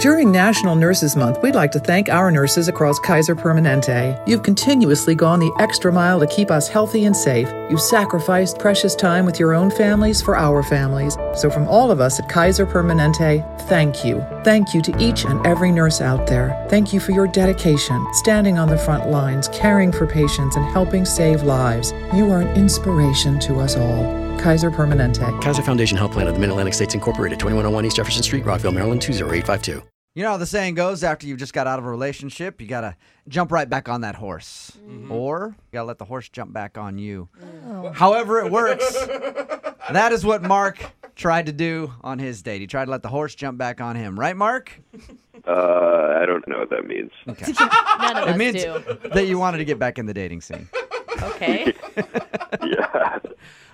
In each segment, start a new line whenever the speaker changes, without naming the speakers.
During National Nurses Month, we'd like to thank our nurses across Kaiser Permanente. You've continuously gone the extra mile to keep us healthy and safe. You've sacrificed precious time with your own families for our families. So, from all of us at Kaiser Permanente, thank you. Thank you to each and every nurse out there. Thank you for your dedication, standing on the front lines, caring for patients, and helping save lives. You are an inspiration to us all. Kaiser Permanente.
Kaiser Foundation Health Plan of the Mid Atlantic States Incorporated, 2101 East Jefferson Street, Rockville, Maryland, 20852.
You know how the saying goes after you've just got out of a relationship, you got to jump right back on that horse. Or you got to let the horse jump back on you. However, it works. that is what Mark tried to do on his date. He tried to let the horse jump back on him. Right, Mark?
Uh, I don't know what that means.
None of us
It means
do.
that you wanted to get back in the dating scene.
Okay.
Yeah.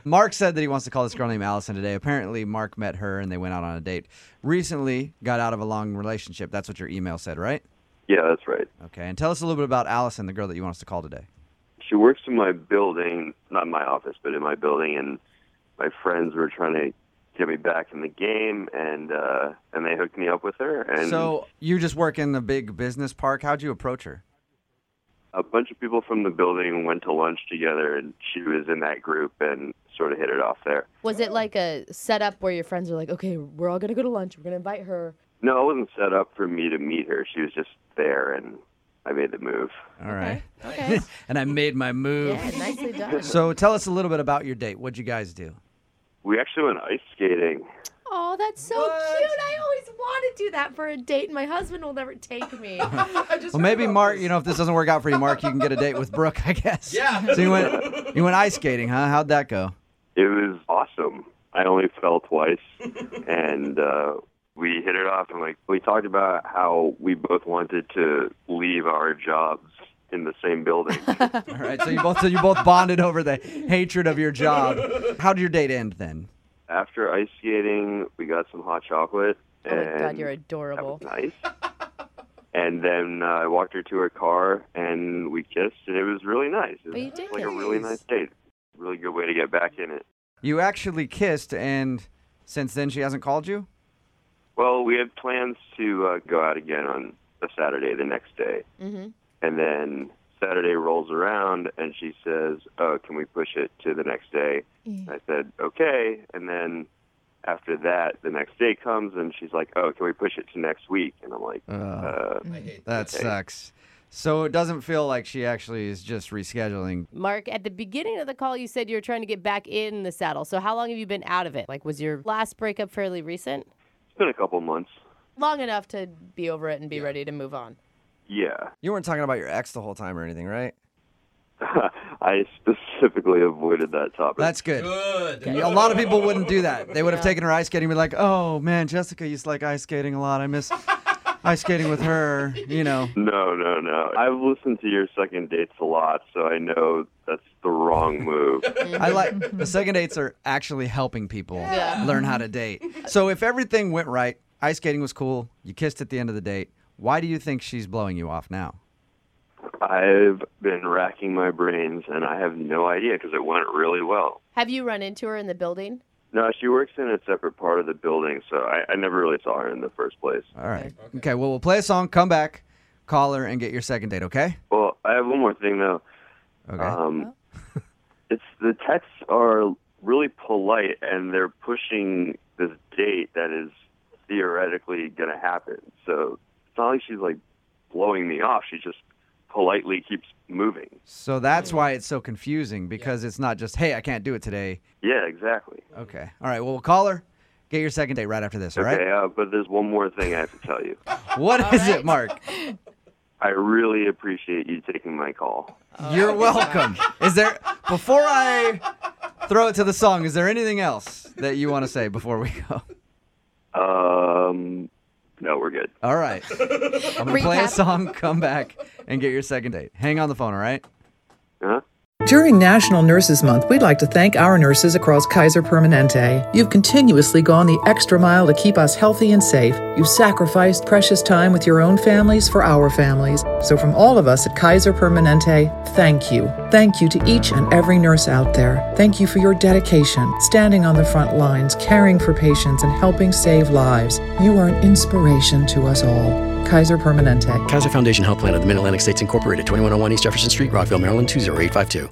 Mark said that he wants to call this girl named Allison today. Apparently, Mark met her and they went out on a date. Recently, got out of a long relationship. That's what your email said, right?
Yeah, that's right.
Okay. And tell us a little bit about Allison, the girl that you want us to call today.
She works in my building, not in my office, but in my building, and my friends were trying to get me back in the game, and uh, and they hooked me up with her, and
so you just work in the big business park. How'd you approach her?
a bunch of people from the building went to lunch together, and she was in that group, and sort of hit it off there.
Was it like a setup where your friends were like, okay, we're all going to go to lunch. We're going to invite her.
No, it wasn't set up for me to meet her. She was just there, and I made the move.
All right.
Okay.
and I made my move.
yeah, nicely done.
So tell us a little bit about your date. What'd you guys do?
We actually went ice skating.
Oh, that's so cute. I always want to do that for a date, and my husband will never take me. Oh
Well, maybe Mark. You know, if this doesn't work out for you, Mark, you can get a date with Brooke, I guess. Yeah. So you went, you went ice skating, huh? How'd that go?
It was awesome. I only fell twice, and uh, we hit it off. And like we talked about how we both wanted to leave our jobs in the same building.
All right. So you both, so you both bonded over the hatred of your job. How did your date end then?
After ice skating, we got some hot chocolate.
Oh my
and
God, you're
that was
adorable.
nice. And then uh, I walked her to her car, and we kissed, and it was really nice. It was
you did
like a
kiss.
really nice date. Really good way to get back in it.
You actually kissed, and since then she hasn't called you.
Well, we had plans to uh, go out again on the Saturday the next day. Mm-hmm. And then Saturday rolls around and she says, Oh, can we push it to the next day? I said, Okay. And then after that, the next day comes and she's like, Oh, can we push it to next week? And I'm like, uh,
That sucks. So it doesn't feel like she actually is just rescheduling.
Mark, at the beginning of the call, you said you were trying to get back in the saddle. So, how long have you been out of it? Like, was your last breakup fairly recent?
It's been a couple months.
Long enough to be over it and be ready to move on.
Yeah.
You weren't talking about your ex the whole time or anything, right?
I specifically avoided that topic.
That's good. Good. A lot of people wouldn't do that. They would have taken her ice skating and be like, oh man, Jessica used to like ice skating a lot. I miss ice skating with her, you know.
no, no, no. I've listened to your second dates a lot, so I know that's the wrong move.
I like the second dates are actually helping people learn how to date. So if everything went right, ice skating was cool, you kissed at the end of the date, why do you think she's blowing you off now?
I've been racking my brains, and I have no idea because it went really well.
Have you run into her in the building?
No, she works in a separate part of the building, so I, I never really saw her in the first place.
All right. Okay. well, we'll play a song, come back, call her, and get your second date, okay?
Well, I have one more thing though.
Okay.
Um, it's the texts are really polite, and they're pushing this date that is theoretically going to happen. So it's not like she's like blowing me off. She just politely keeps moving.
so that's why it's so confusing because it's not just, hey, I can't do it today.
Yeah, exactly.
Okay. All right. Well, we'll call her. Get your second date right after this, all right?
Okay, uh, but there's one more thing I have to tell you.
What is it, Mark?
I really appreciate you taking my call.
You're welcome. Is there before I throw it to the song, is there anything else that you want to say before we go?
Um, no, we're good.
All right. I'm going to play a
Recap.
song, come back and get your second date. Hang on the phone, all right?
Huh?
During National Nurses Month, we'd like to thank our nurses across Kaiser Permanente. You've continuously gone the extra mile to keep us healthy and safe. You've sacrificed precious time with your own families for our families. So, from all of us at Kaiser Permanente, thank you. Thank you to each and every nurse out there. Thank you for your dedication, standing on the front lines, caring for patients, and helping save lives. You are an inspiration to us all. Kaiser Permanente.
oh Kaiser Foundation Health Plan of the Mid Atlantic States Incorporated, 2101 East Jefferson Street, Rockville, Maryland 20852.